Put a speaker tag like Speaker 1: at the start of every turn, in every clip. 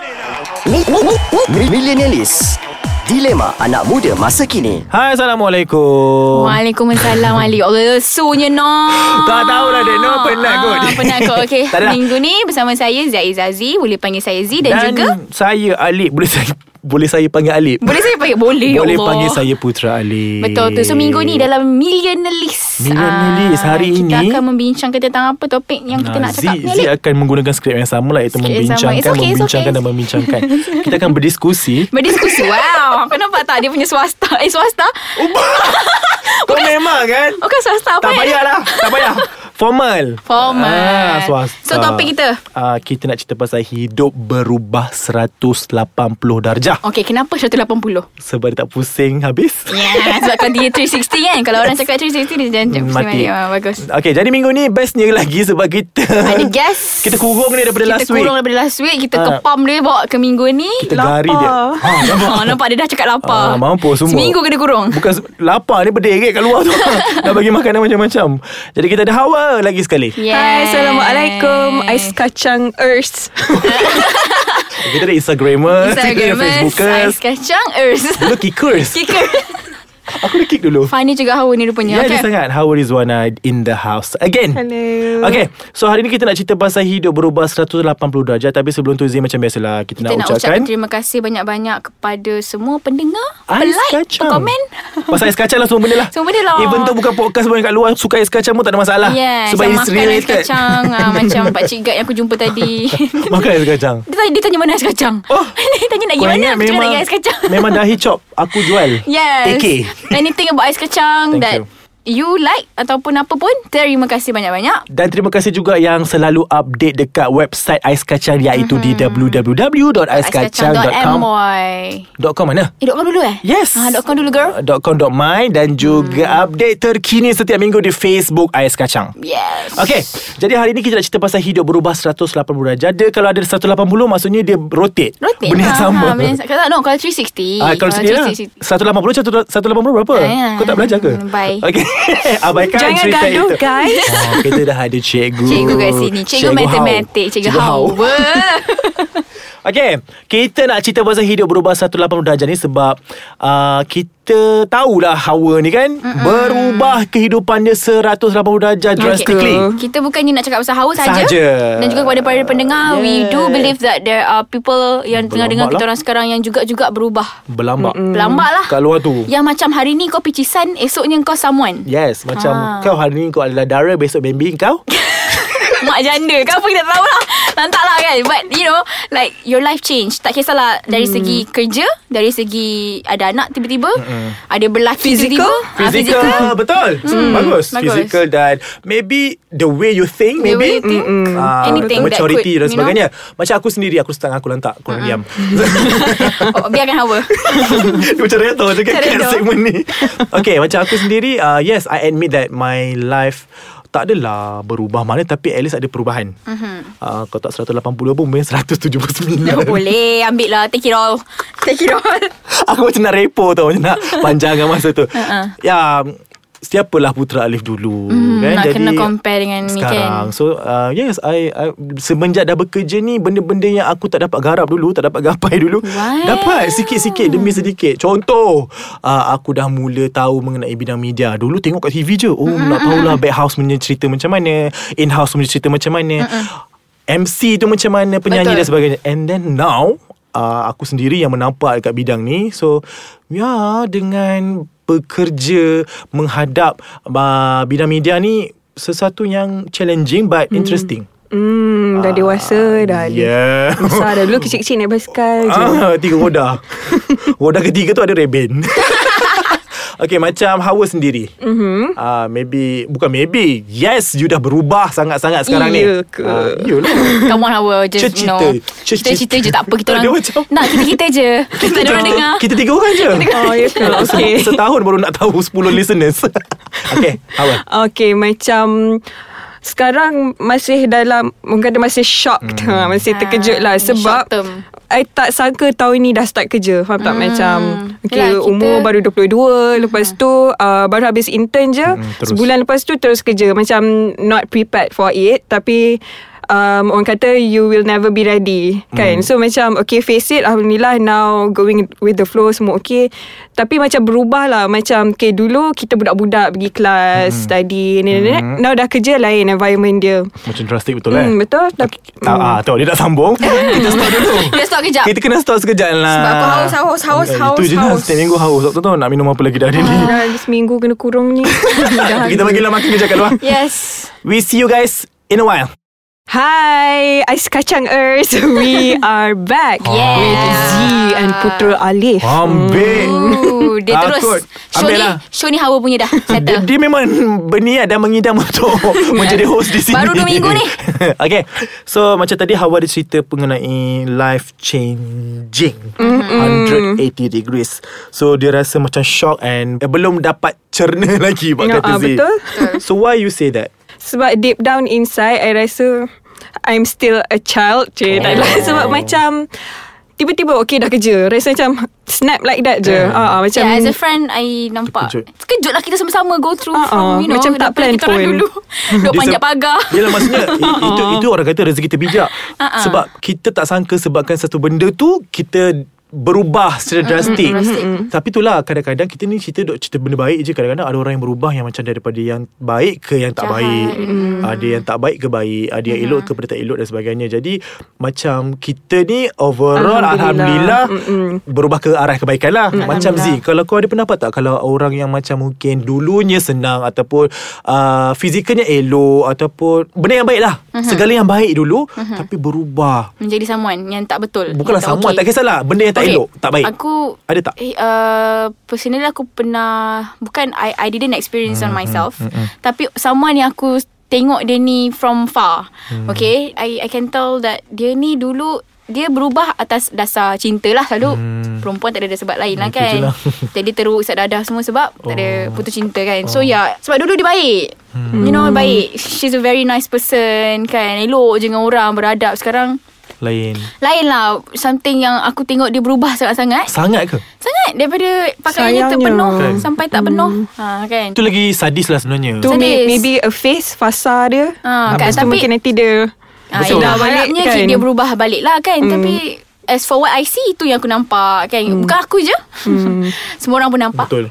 Speaker 1: Mi- mi- mi- mi- Millenialis Dilema anak muda masa kini
Speaker 2: Hai Assalamualaikum
Speaker 3: Waalaikumsalam Ali Allah lesunya no
Speaker 2: Tak tahulah, Dek. No, penat kot.
Speaker 3: Ah, Penat kot okay.
Speaker 2: Tak ada.
Speaker 3: Minggu ni bersama saya Zai Zazi Boleh panggil saya Z Dan, juga
Speaker 2: saya Alip Boleh saya boleh saya panggil Alip
Speaker 3: Boleh saya panggil Boleh ya
Speaker 2: Boleh
Speaker 3: Allah.
Speaker 2: panggil saya Putra Alip
Speaker 3: Betul tu So minggu ni dalam Millionaires Ah,
Speaker 2: Millionaires. Hari
Speaker 3: Kita
Speaker 2: ini-
Speaker 3: akan membincangkan tentang apa topik Yang kita nak
Speaker 2: Z,
Speaker 3: cakap ni
Speaker 2: Z
Speaker 3: Ali
Speaker 2: akan menggunakan skrip yang sama lah Iaitu
Speaker 3: Skrip yang
Speaker 2: membincangkan,
Speaker 3: sama. It's okay, it's
Speaker 2: membincangkan
Speaker 3: okay.
Speaker 2: dan membincangkan Kita akan berdiskusi
Speaker 3: Berdiskusi Wow Kau nampak tak Dia punya swasta Eh swasta
Speaker 2: Oh memang kan
Speaker 3: Oh kan swasta apa
Speaker 2: Tak
Speaker 3: eh?
Speaker 2: payahlah Tak payah Formal
Speaker 3: Formal.
Speaker 2: ah, swasta.
Speaker 3: So, topik kita?
Speaker 2: ah, Kita nak cerita pasal Hidup berubah 180 darjah
Speaker 3: Okay kenapa 180
Speaker 2: Sebab dia tak pusing habis
Speaker 3: Yeah, sebab kalau dia 360 kan Kalau orang cakap 360 Dia jangan
Speaker 2: Hmm,
Speaker 3: cakap
Speaker 2: mati.
Speaker 3: ah, Bagus
Speaker 2: Okay jadi minggu ni Bestnya lagi sebab kita
Speaker 3: Ada guest
Speaker 2: Kita kurung dia daripada
Speaker 3: kita
Speaker 2: last
Speaker 3: Kita kurung
Speaker 2: week
Speaker 3: daripada last week Kita
Speaker 2: Ah.
Speaker 3: kepam dia Bawa ke minggu ni
Speaker 2: Kita gari dia. Ah,
Speaker 3: ha, nampak. dia dah cakap lapar
Speaker 2: Ah, mampus semua.
Speaker 3: Seminggu kena kurung
Speaker 2: Bukan se- lapar ni berderet kat luar tu Nak bagi makanan macam-macam Jadi kita ada Hawa lagi sekali
Speaker 3: Yes.
Speaker 4: Hai, Assalamualaikum Ais kacang Earth
Speaker 2: Kita ada Instagramers Kita ada
Speaker 3: Instagramers
Speaker 2: Facebookers
Speaker 3: Ais kacang Ers
Speaker 2: Dulu kickers
Speaker 3: Kicker
Speaker 2: Aku dah kick dulu
Speaker 3: Funny juga hawa ni rupanya
Speaker 2: Ya, dia sangat Hawa Rizwana in the house Again
Speaker 4: Hello
Speaker 2: Okay So hari ni kita nak cerita pasal Hidup berubah 180 darjah Tapi sebelum tu Zee macam biasalah Kita, nak,
Speaker 3: Kita nak
Speaker 2: ucapkan
Speaker 3: ucapkan terima kasih banyak-banyak kepada semua pendengar,
Speaker 2: Ais
Speaker 3: pelike,
Speaker 2: kacang
Speaker 3: komen.
Speaker 2: Pasal ais kacang lah semua benda lah
Speaker 3: Semua benda lah.
Speaker 2: Even tu bukan podcast pun yang kat luar Suka ais kacang pun tak ada masalah Ah,
Speaker 3: Yes,
Speaker 2: Sebab
Speaker 3: yang
Speaker 2: it's
Speaker 3: makan ais
Speaker 2: related
Speaker 3: kacang ah, Macam Pakcik Gad yang aku jumpa tadi
Speaker 2: Makan ais kacang
Speaker 3: Dia tanya, dia tanya mana ais kacang
Speaker 2: Oh.
Speaker 3: Eh, Dia tanya nak
Speaker 2: Kau
Speaker 3: gimana
Speaker 2: ingat
Speaker 3: Macam mana nak ingat ais kacang
Speaker 2: Memang dahi chop Aku jual
Speaker 3: Yes
Speaker 2: TK
Speaker 3: Anything about ais kacang
Speaker 2: Thank
Speaker 3: That you. like Ataupun apa pun Terima kasih banyak-banyak
Speaker 2: dan terima kasih juga yang selalu update dekat website Ais Kacang iaitu mm-hmm. di www.aiskacang.com
Speaker 3: Aiskacang.my
Speaker 2: Dot .com mana?
Speaker 3: Eh, .com dulu eh?
Speaker 2: Yes. Uh,
Speaker 3: Ah, .com dulu girl
Speaker 2: Dot .com dot .my dan juga
Speaker 3: Hmm.
Speaker 2: update terkini setiap minggu di Facebook Ais Kacang.
Speaker 3: Yes
Speaker 2: Okay, jadi hari ni kita nak cerita pasal hidup berubah 180 darjah. Dia kalau ada 180 maksudnya dia rotate.
Speaker 3: Rotate
Speaker 2: Benda yang
Speaker 3: Ah,
Speaker 2: sama.
Speaker 3: ah, benda yang sama. Kalau tak, no, kalau 360
Speaker 2: Ah, kalau sendiri lah 180 180 berapa?
Speaker 3: Ah, ya.
Speaker 2: Kau tak belajar ke?
Speaker 3: Bye.
Speaker 2: Okay Abaikan
Speaker 4: Jangan
Speaker 2: cerita
Speaker 4: gaduh
Speaker 2: itu
Speaker 4: guys
Speaker 2: Ah, Kita dah ada cikgu
Speaker 3: Cikgu kat sini Cikgu, matematik
Speaker 2: Hao.
Speaker 3: Cikgu Hao
Speaker 2: Okay Kita nak cerita pasal hidup berubah 180 darjah ni Sebab uh, Kita tahulah Hawa ni kan Mm-mm. Berubah kehidupan dia 180 darjah Drastically
Speaker 3: Okay. Kita bukannya nak cakap pasal hawa saja
Speaker 2: Saja.
Speaker 3: dan juga kepada para pendengar yeah. we
Speaker 2: Yes.
Speaker 3: do believe that there are people yang tengah dengar
Speaker 2: Berlambak
Speaker 3: kita
Speaker 2: lah.
Speaker 3: orang sekarang yang juga juga berubah.
Speaker 2: Berlambak
Speaker 3: Mm. Berlambak lah.
Speaker 2: Kat luar tu Ya.
Speaker 3: Yang macam hari ni kau picisan, esoknya kau someone.
Speaker 2: Yes Macam
Speaker 3: Ah.
Speaker 2: kau hari ni kau adalah dara Besok baby kau
Speaker 3: Mak janda, kau apa kita tak tahu lah. Lantaklah kan. But you know, like your life change. Tak kisahlah dari segi kerja, dari segi ada anak tiba-tiba,
Speaker 2: Hmm.
Speaker 3: ada berlaki
Speaker 4: Physical?
Speaker 3: tiba-tiba. Ah,
Speaker 2: Physical, ah, Betul hmm, Bagus
Speaker 3: bagus.
Speaker 2: Physical dan Maybe The way you think
Speaker 3: The
Speaker 2: Maybe
Speaker 3: way you think. Mm-mm.
Speaker 2: Ah,
Speaker 3: Anything that
Speaker 2: Maturity
Speaker 3: could,
Speaker 2: dan
Speaker 3: you
Speaker 2: sebagainya Macam aku sendiri Aku setang aku lantak Aku orang diam
Speaker 3: Oh, biarkan hawa.
Speaker 2: Dia macam retor je kan
Speaker 3: Macam
Speaker 2: Kat
Speaker 3: retor.
Speaker 2: segmen ni Okay macam aku sendiri uh, Yes I admit that My life tak adalah berubah mana Tapi at least ada perubahan mm-hmm. uh, Kalau tak 180 pun Mungkin 179
Speaker 3: Mhm. Oh, boleh, ambil lah. Take it all. Take it all.
Speaker 2: Aku macam nak repo tau Macam nak panjangkan masa tu uh-uh. Ya Siapalah Putra Alif dulu
Speaker 3: Hmm,
Speaker 2: kan?
Speaker 3: nak kena compare dengan ni
Speaker 2: sekarang.
Speaker 3: kan.
Speaker 2: So uh, yes I, I Semenjak dah bekerja ni Benda-benda yang aku tak dapat garap dulu Tak dapat gapai dulu
Speaker 3: Wow.
Speaker 2: Dapat sikit-sikit Demi sedikit Contoh uh, Aku dah mula tahu Mengenai bidang media Dulu tengok kat TV je Oh nak tahulah Backhouse punya cerita macam mana In-house punya cerita macam mana MC tu macam mana Penyanyi
Speaker 3: Betul.
Speaker 2: dan sebagainya And then now uh, Aku sendiri yang menampak Dekat bidang ni So Ya dengan Bekerja Menghadap uh, Bidang media ni Sesuatu yang Challenging But interesting
Speaker 4: Hmm dah dewasa dah
Speaker 2: Yeah
Speaker 4: Besar dah dulu kecil-kecil naik basikal je
Speaker 2: Ah, tiga roda. roda ketiga tu ada reben. Okay macam Hawa sendiri mm-hmm. uh, Maybe Bukan maybe Yes You dah berubah sangat-sangat sekarang ni
Speaker 4: Iya ke?
Speaker 2: Ah, Iyalah
Speaker 3: Come on Hawa Just
Speaker 2: Cerita.
Speaker 3: you know
Speaker 2: Cerita.
Speaker 3: Cerita-cerita je tak apa Kita orang
Speaker 2: Dia macam-
Speaker 3: Nak kita-kita je Kita ada orang dengar
Speaker 2: Kita tiga orang je Ah,
Speaker 4: Oh ya ke Okay
Speaker 2: Se- Setahun baru nak tahu 10 listeners Okay Hawa
Speaker 4: Okay macam sekarang masih dalam mungkin ada masih shocked hmm. ha, masih terkejut
Speaker 3: Ah,
Speaker 4: lah sebab
Speaker 3: short term.
Speaker 4: I tak sangka tahun ni dah start kerja faham tak macam okay
Speaker 3: Yelah, kita-
Speaker 4: umur baru
Speaker 3: Hmm.
Speaker 4: 22 lepas tu uh, baru habis intern je
Speaker 2: Hmm, terus.
Speaker 4: sebulan lepas tu terus kerja macam not prepared for it tapi um, orang kata you will never be ready
Speaker 2: Hmm.
Speaker 4: kan so macam okay face it alhamdulillah now going with the flow semua okay tapi macam berubah lah macam okay dulu kita budak-budak pergi kelas
Speaker 2: Hmm.
Speaker 4: study ni ni, ni. now dah kerja lain environment dia
Speaker 2: Macam drastik betul eh
Speaker 4: Hmm, betul. Hmm.
Speaker 2: okay. tak, ah, Tahu dia tak sambung Kita stop dulu
Speaker 3: Kita stop kejap
Speaker 2: Kita kena stop sekejap lah
Speaker 3: Sebab aku haus, haus, haus,
Speaker 2: Eh,
Speaker 3: haus,
Speaker 2: Itu je lah
Speaker 3: haus.
Speaker 2: Setiap minggu haus Tak tahu nak minum apa lagi dah hari ni
Speaker 4: dah seminggu kena kurung ni Dah
Speaker 2: Kita
Speaker 4: habis.
Speaker 2: panggil lah makan kejap kat luar
Speaker 3: Yes
Speaker 2: We see you guys in a while
Speaker 4: Hi, Ais Kacang Earth. We are back
Speaker 3: Yeah.
Speaker 4: with Z and Putra Alif.
Speaker 2: Ambil
Speaker 3: Ooh, Dia terus
Speaker 2: Takut.
Speaker 3: Show
Speaker 2: Ambil
Speaker 3: ni
Speaker 2: lah.
Speaker 3: Show ni hawa punya dah
Speaker 2: dia,
Speaker 3: Settle
Speaker 2: dia memang berniat dan mengidam untuk menjadi host di sini.
Speaker 3: Baru dua minggu ni.
Speaker 2: okay. So macam tadi Hawa dia cerita mengenai life changing. Mm-hmm. 180 degrees. So dia rasa macam shock and eh, belum dapat cerna lagi Pak
Speaker 4: Ya,
Speaker 2: kata
Speaker 4: ah,
Speaker 2: Z.
Speaker 4: betul.
Speaker 2: So why you say that?
Speaker 4: Sebab deep down inside, I rasa I'm still a child.
Speaker 2: Oh.
Speaker 4: Cik, tak lah. Sebab macam tiba-tiba okay dah kerja. Rasa macam snap like that je.
Speaker 2: Yeah.
Speaker 4: Ah, ah, macam
Speaker 3: Yeah, as a friend I nampak
Speaker 2: Terkejut.
Speaker 3: Terkejut lah kita sama-sama Go through
Speaker 4: Ah, ah.
Speaker 3: from, you know,
Speaker 4: Macam
Speaker 3: daripada
Speaker 4: tak plan
Speaker 3: kita orang
Speaker 4: pun.
Speaker 3: dulu Duk
Speaker 2: Dia
Speaker 3: panjat
Speaker 2: se-
Speaker 3: pagar Oh.
Speaker 2: Yelah maksudnya i- itu, itu orang kata rezeki terbijak
Speaker 3: Ah, ah.
Speaker 2: Sebab kita tak sangka Sebabkan satu benda tu Kita berubah secara drastik
Speaker 3: drastik.
Speaker 2: Tapi itulah kadang-kadang Kita ni cerita duk cerita benda baik je Kadang-kadang ada orang yang berubah Yang macam daripada yang baik ke yang tak
Speaker 3: Jahat.
Speaker 2: baik Ada yang tak baik ke baik Ada yang elok ke pada tak elok dan sebagainya Jadi macam kita ni overall Alhamdulillah,
Speaker 4: Alhamdulillah.
Speaker 2: Berubah ke arah kebaikan lah Macam Z Kalau kau ada pendapat tak Kalau orang yang macam mungkin Dulunya senang Ataupun uh, Fizikalnya elok Ataupun Benda yang baik lah Segala yang baik dulu Tapi berubah
Speaker 3: Menjadi someone Yang tak betul
Speaker 2: Bukanlah
Speaker 3: yang
Speaker 2: sama okay. Tak kisahlah Benda yang tak elok Tak baik
Speaker 3: Mm-hmm. Aku
Speaker 2: Ada tak?
Speaker 3: Eh, uh, personally aku pernah Bukan I, I didn't experience
Speaker 2: Hmm,
Speaker 3: on myself Tapi someone yang aku Tengok dia ni from far
Speaker 2: Hmm.
Speaker 3: Okay I, I can tell that Dia ni dulu Dia berubah atas dasar cinta lah Selalu Perempuan tak ada sebab lain lah
Speaker 2: Itu Hmm. je
Speaker 3: kan
Speaker 2: lah.
Speaker 3: Jadi teruk isat dadah semua sebab oh. Tak ada
Speaker 2: Oh.
Speaker 3: putus cinta kan So yeah Sebab dulu dia baik hmm. You know baik She's a very nice person kan Elok je dengan orang Beradab Sekarang
Speaker 2: Lain
Speaker 3: lain lah Something yang aku tengok Dia berubah sangat-sangat
Speaker 2: Sangat ke?
Speaker 3: Sangat daripada Pakaiannya
Speaker 4: Sayangnya.
Speaker 3: terpenuh
Speaker 2: Kan.
Speaker 3: Sampai tak penuh ha, Kan
Speaker 2: Itu lagi sadis lah sebenarnya
Speaker 4: Tu
Speaker 3: Sadis.
Speaker 4: may- maybe a face fasa dia.
Speaker 3: Ah, kan,
Speaker 4: Lepas tu
Speaker 3: tapi-
Speaker 4: mungkin nanti dia
Speaker 3: ha,
Speaker 2: betul. Hmm.
Speaker 3: yelah,
Speaker 4: dah balik
Speaker 3: Harapnya
Speaker 4: kan.
Speaker 3: dia berubah balik lah kan Tapi As for what I see Itu yang aku nampak kan Bukan aku je Semua orang pun nampak
Speaker 2: Hmm. Betul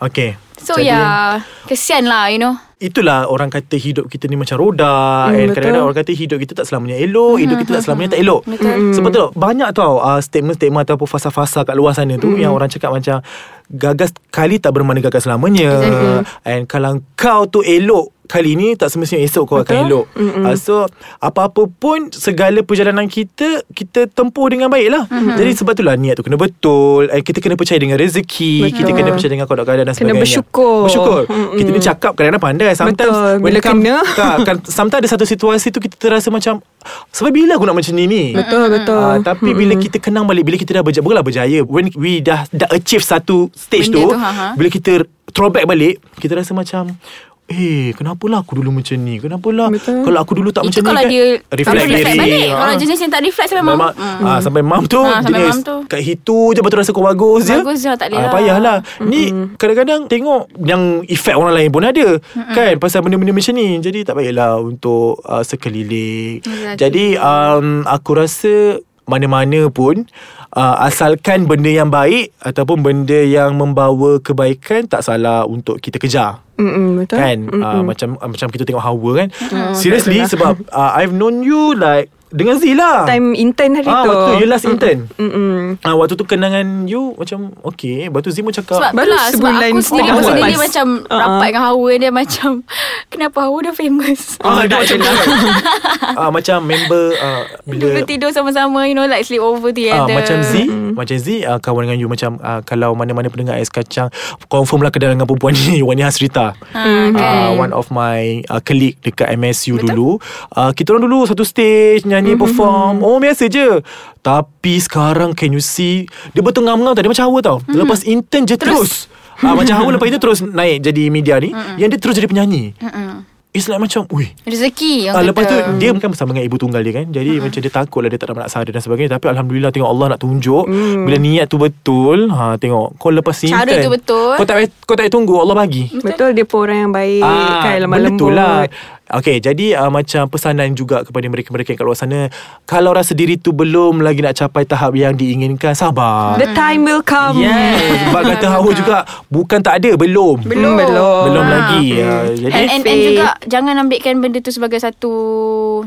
Speaker 2: Okay
Speaker 3: So ya.
Speaker 2: Jadi-
Speaker 3: yeah Kesian lah you know
Speaker 2: Itulah orang kata hidup kita ni macam roda mm, And
Speaker 4: Hmm, betul. Hmm,
Speaker 2: kadang-kadang orang kata hidup kita tak selamanya elok Hidup kita tak selamanya tak elok Hmm.
Speaker 3: Betul.
Speaker 2: Sebab tu tau, banyak tau uh, Statement-statement ataupun fasa-fasa kat luar sana
Speaker 4: Hmm.
Speaker 2: tu Yang orang cakap macam Gagas kali tak bermakna gagas selamanya And kalau kau tu elok Kali ni tak semestinya esok kau akan elok
Speaker 4: Hmm,
Speaker 2: uh, So apa-apa pun Segala perjalanan kita Kita tempuh dengan baik lah
Speaker 4: Hmm.
Speaker 2: Jadi sebab itulah niat tu kena betul and Kita kena percaya dengan rezeki Kita
Speaker 4: Betul.
Speaker 2: kena percaya dengan kodok keadaan dan
Speaker 4: Kena
Speaker 2: sebagainya
Speaker 4: bersyukur. Hmm,
Speaker 2: Bersyukur
Speaker 4: Mm-mm.
Speaker 2: Kita
Speaker 3: Hmm.
Speaker 2: ni cakap kadang-kadang pandai Sometimes
Speaker 4: Betul.
Speaker 2: when
Speaker 4: Bila
Speaker 2: it come-
Speaker 4: kena.
Speaker 2: tak, kan, Sometimes ada satu situasi tu Kita terasa macam Sampai bila aku nak macam ni ni
Speaker 4: Betul, betul.
Speaker 2: Ah, Tapi bila
Speaker 3: Hmm.
Speaker 2: kita kenang balik Bila kita dah berjaya Bukanlah berjaya When we dah Dah achieve satu Stage
Speaker 3: Benda
Speaker 2: tu,
Speaker 3: tu, ha, ha-ha.
Speaker 2: Bila kita Throwback balik Kita rasa macam Eh kenapalah aku dulu macam ni Kenapalah
Speaker 4: Betul.
Speaker 2: Kalau aku dulu tak
Speaker 3: Itu
Speaker 2: macam ni
Speaker 3: kalau
Speaker 2: kan
Speaker 3: dia
Speaker 2: Reflect,
Speaker 3: reflect
Speaker 2: diri
Speaker 3: balik
Speaker 2: Ah.
Speaker 3: Kalau jenis yang tak reflect Sampai
Speaker 2: Sampai
Speaker 3: mahu
Speaker 2: mak hmm. ah, Sampai mam tu
Speaker 3: Ah, sampai
Speaker 2: jenis
Speaker 3: mam tu.
Speaker 2: Kat hitu je Lepas tu rasa kau bagus je Ah,
Speaker 3: Bagus je, tak boleh lah.
Speaker 2: Payahlah Ni kadang-kadang tengok Yang efek orang lain pun ada Kan Pasal benda-benda macam ni Jadi tak baiklah Untuk uh, sekeliling
Speaker 3: Exactly.
Speaker 2: Jadi um, Aku rasa mana-mana pun uh, asalkan benda yang baik ataupun benda yang membawa kebaikan tak salah untuk kita kejar
Speaker 4: Mm-mm, betul.
Speaker 2: kan uh, macam uh, macam kita tengok Hawa kan seriously
Speaker 3: lah.
Speaker 2: sebab uh, I've known you like dengan Z lah
Speaker 4: Time intern hari
Speaker 2: ah,
Speaker 4: tu.
Speaker 2: Waktu you last intern
Speaker 4: Mm-mm.
Speaker 2: Ah, waktu tu kenangan you macam okay. Lepas tu Zimu cakap
Speaker 3: Sebab Baru
Speaker 4: Baru
Speaker 3: lah, sebab
Speaker 4: sebulan
Speaker 3: aku sendiri
Speaker 2: setengah
Speaker 3: Masa dia,
Speaker 2: lepas.
Speaker 3: dia macam
Speaker 4: Ah, ah.
Speaker 3: Rapat dengan Hawa Dia macam Kenapa Hawa dah famous
Speaker 2: Ah, dia macam ah, Macam member ah,
Speaker 3: Dulu
Speaker 2: Bila
Speaker 3: tidur sama-sama You know like sleep
Speaker 2: Ah,
Speaker 3: over together
Speaker 2: macam Z Macam Z ah, Kawan dengan you Macam ah, Kalau mana-mana pendengar Ais Kacang Confirm lah kedalangan perempuan ni Wani Hasrita
Speaker 4: Mhm.
Speaker 3: Ah,
Speaker 2: uh, One of my uh, Colleague dekat MSU Betul? dulu uh, Kita orang dulu Satu stage Nyanyi mm-hmm. perform Oh biasa je Tapi sekarang Can you see Dia betul ngam-ngam tau Dia macam Hawa tau mm-hmm. Lepas intern je terus, terus. Ah, Macam Hawa lepas itu Terus naik jadi media ni mm-hmm. Yang dia terus jadi penyanyi mm-hmm. It's like macam Ui
Speaker 3: Rezeki yang
Speaker 2: Ah,
Speaker 3: kata.
Speaker 2: lepas tu dia kan bersama dengan ibu tunggal dia kan. Jadi macam dia takutlah dia tak dapat anak sahaja dan sebagainya tapi alhamdulillah tengok Allah nak tunjuk bila niat tu betul. Ha tengok kau lepas ni
Speaker 3: Mm. Cara tu betul.
Speaker 2: Kau tak payah- kau tak payah tunggu Allah bagi.
Speaker 4: Betul dia pun orang yang baik kan lemah
Speaker 2: benda tu
Speaker 4: lembut.
Speaker 2: Ah, lah. Okay, jadi uh, macam pesanan juga kepada mereka-mereka yang kat luar sana. Kalau rasa diri tu belum lagi nak capai tahap yang diinginkan, sabar.
Speaker 4: The time will
Speaker 2: Ah.
Speaker 4: come.
Speaker 2: Yes, sebab kata Hawa juga bukan tak ada, belum.
Speaker 4: Belum. Belum.
Speaker 2: Mm, Belum
Speaker 3: Ah.
Speaker 2: lagi. Uh, jadi
Speaker 3: And, and, and
Speaker 4: Faith.
Speaker 3: juga jangan ambilkan benda tu sebagai satu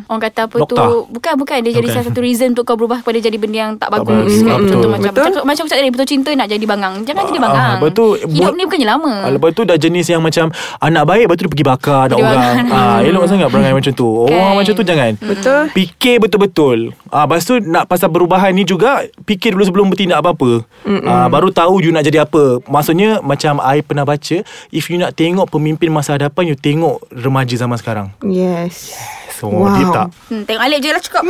Speaker 3: orang kata apa tu
Speaker 2: Noktah.
Speaker 3: bukan bukan dia jadi
Speaker 2: Bukan.
Speaker 3: salah satu reason untuk kau berubah kepada jadi benda yang tak
Speaker 2: bagus.
Speaker 3: bagus. Kan?
Speaker 2: Betul.
Speaker 3: Contoh macam
Speaker 4: Betul.
Speaker 3: betul? macam macam Ustaz tadi betul cinta nak jadi bangang. Jangan jadi
Speaker 2: Ah,
Speaker 3: bangang.
Speaker 2: lepas tu,
Speaker 3: Hidup
Speaker 2: buat-
Speaker 3: ni bukannya lama.
Speaker 2: Ah, lepas tu dah jenis yang macam anak baik lepas tu dia pergi bakar anak
Speaker 3: Pergi
Speaker 2: orang.
Speaker 3: bakar.
Speaker 2: Ah, elok sangat perangai macam tu. Orang
Speaker 3: Kan.
Speaker 2: macam tu jangan.
Speaker 4: Betul.
Speaker 2: Fikir betul-betul. Ah, lepas tu nak pasal perubahan ni juga fikir dulu sebelum bertindak apa-apa. Ah, baru tahu you nak jadi apa. Maksudnya macam I pernah baca if you nak tengok pemimpin masa hadapan you tengok remaja zaman sekarang.
Speaker 4: Yes.
Speaker 2: So wow. dia tak.
Speaker 3: Hmm, tengok Alip je lah cukup.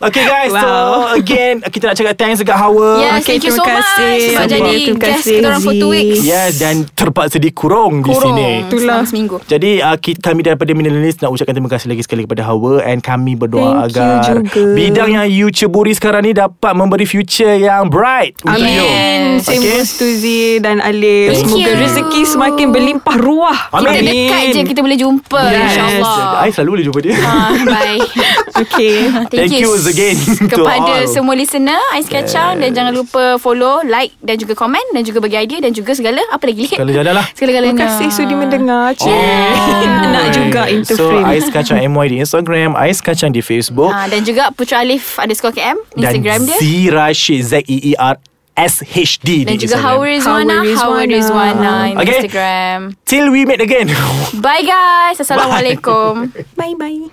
Speaker 2: Okay guys, wow. so
Speaker 4: Wow.
Speaker 2: again kita nak cakap thanks dekat Hawa.
Speaker 3: yes,
Speaker 4: Okay,
Speaker 3: thank you so
Speaker 4: terima
Speaker 3: much
Speaker 4: kasih.
Speaker 3: sebab
Speaker 2: Sebab-
Speaker 3: jadi
Speaker 4: terima
Speaker 3: guest
Speaker 4: kasih,
Speaker 3: kita orang for two
Speaker 4: Zee.
Speaker 3: weeks.
Speaker 2: Yes, dan terpaksa dikurung di
Speaker 3: Kurung
Speaker 2: sini.
Speaker 4: Itulah.
Speaker 3: selama seminggu.
Speaker 2: Jadi uh, kita, kami daripada Millennialist nak ucapkan terima kasih lagi sekali kepada Hawa and kami berdoa
Speaker 4: Thank you
Speaker 2: agar
Speaker 4: juga.
Speaker 2: bidang yang you ceburi sekarang ni dapat memberi future yang bright untuk you.
Speaker 4: Amin. Same
Speaker 2: Okay.
Speaker 4: goes to Z dan Alif.
Speaker 2: Thank
Speaker 4: Semoga
Speaker 3: you.
Speaker 4: rezeki semakin berlimpah ruah.
Speaker 2: Amin.
Speaker 3: Kita dekat je kita boleh jumpa
Speaker 4: Yes.
Speaker 3: insyaAllah.
Speaker 2: I selalu boleh jumpa dia.
Speaker 3: Ah, bye.
Speaker 4: Okay.
Speaker 2: Thank you again to
Speaker 3: kepada
Speaker 2: all.
Speaker 3: semua listener Ais Kacang dan jangan lupa follow, like dan juga komen dan juga bagi idea dan juga segala apa lagi Lip?
Speaker 2: Kalau jalan lah.
Speaker 3: Segala-galanya.
Speaker 4: Terima kasih sudi mendengar.
Speaker 2: Oh.
Speaker 4: Oh. Nak juga into
Speaker 2: So
Speaker 4: frame.
Speaker 2: Ais Kacang MY di Instagram Ais Kacang di Facebook
Speaker 3: Ah, dan juga Putra Alif underscore KM Instagram
Speaker 2: Dan
Speaker 3: dia.
Speaker 2: Z E Rashid Z-E-E-R S-H-D
Speaker 3: Dan
Speaker 2: di Instagram
Speaker 3: juga Hawa Rizwana
Speaker 4: Hawa Rizwana.
Speaker 3: Hawa Rizwana in
Speaker 2: Okay.
Speaker 3: Instagram
Speaker 2: Till we meet again
Speaker 3: Bye guys Assalamualaikum
Speaker 4: Bye-bye.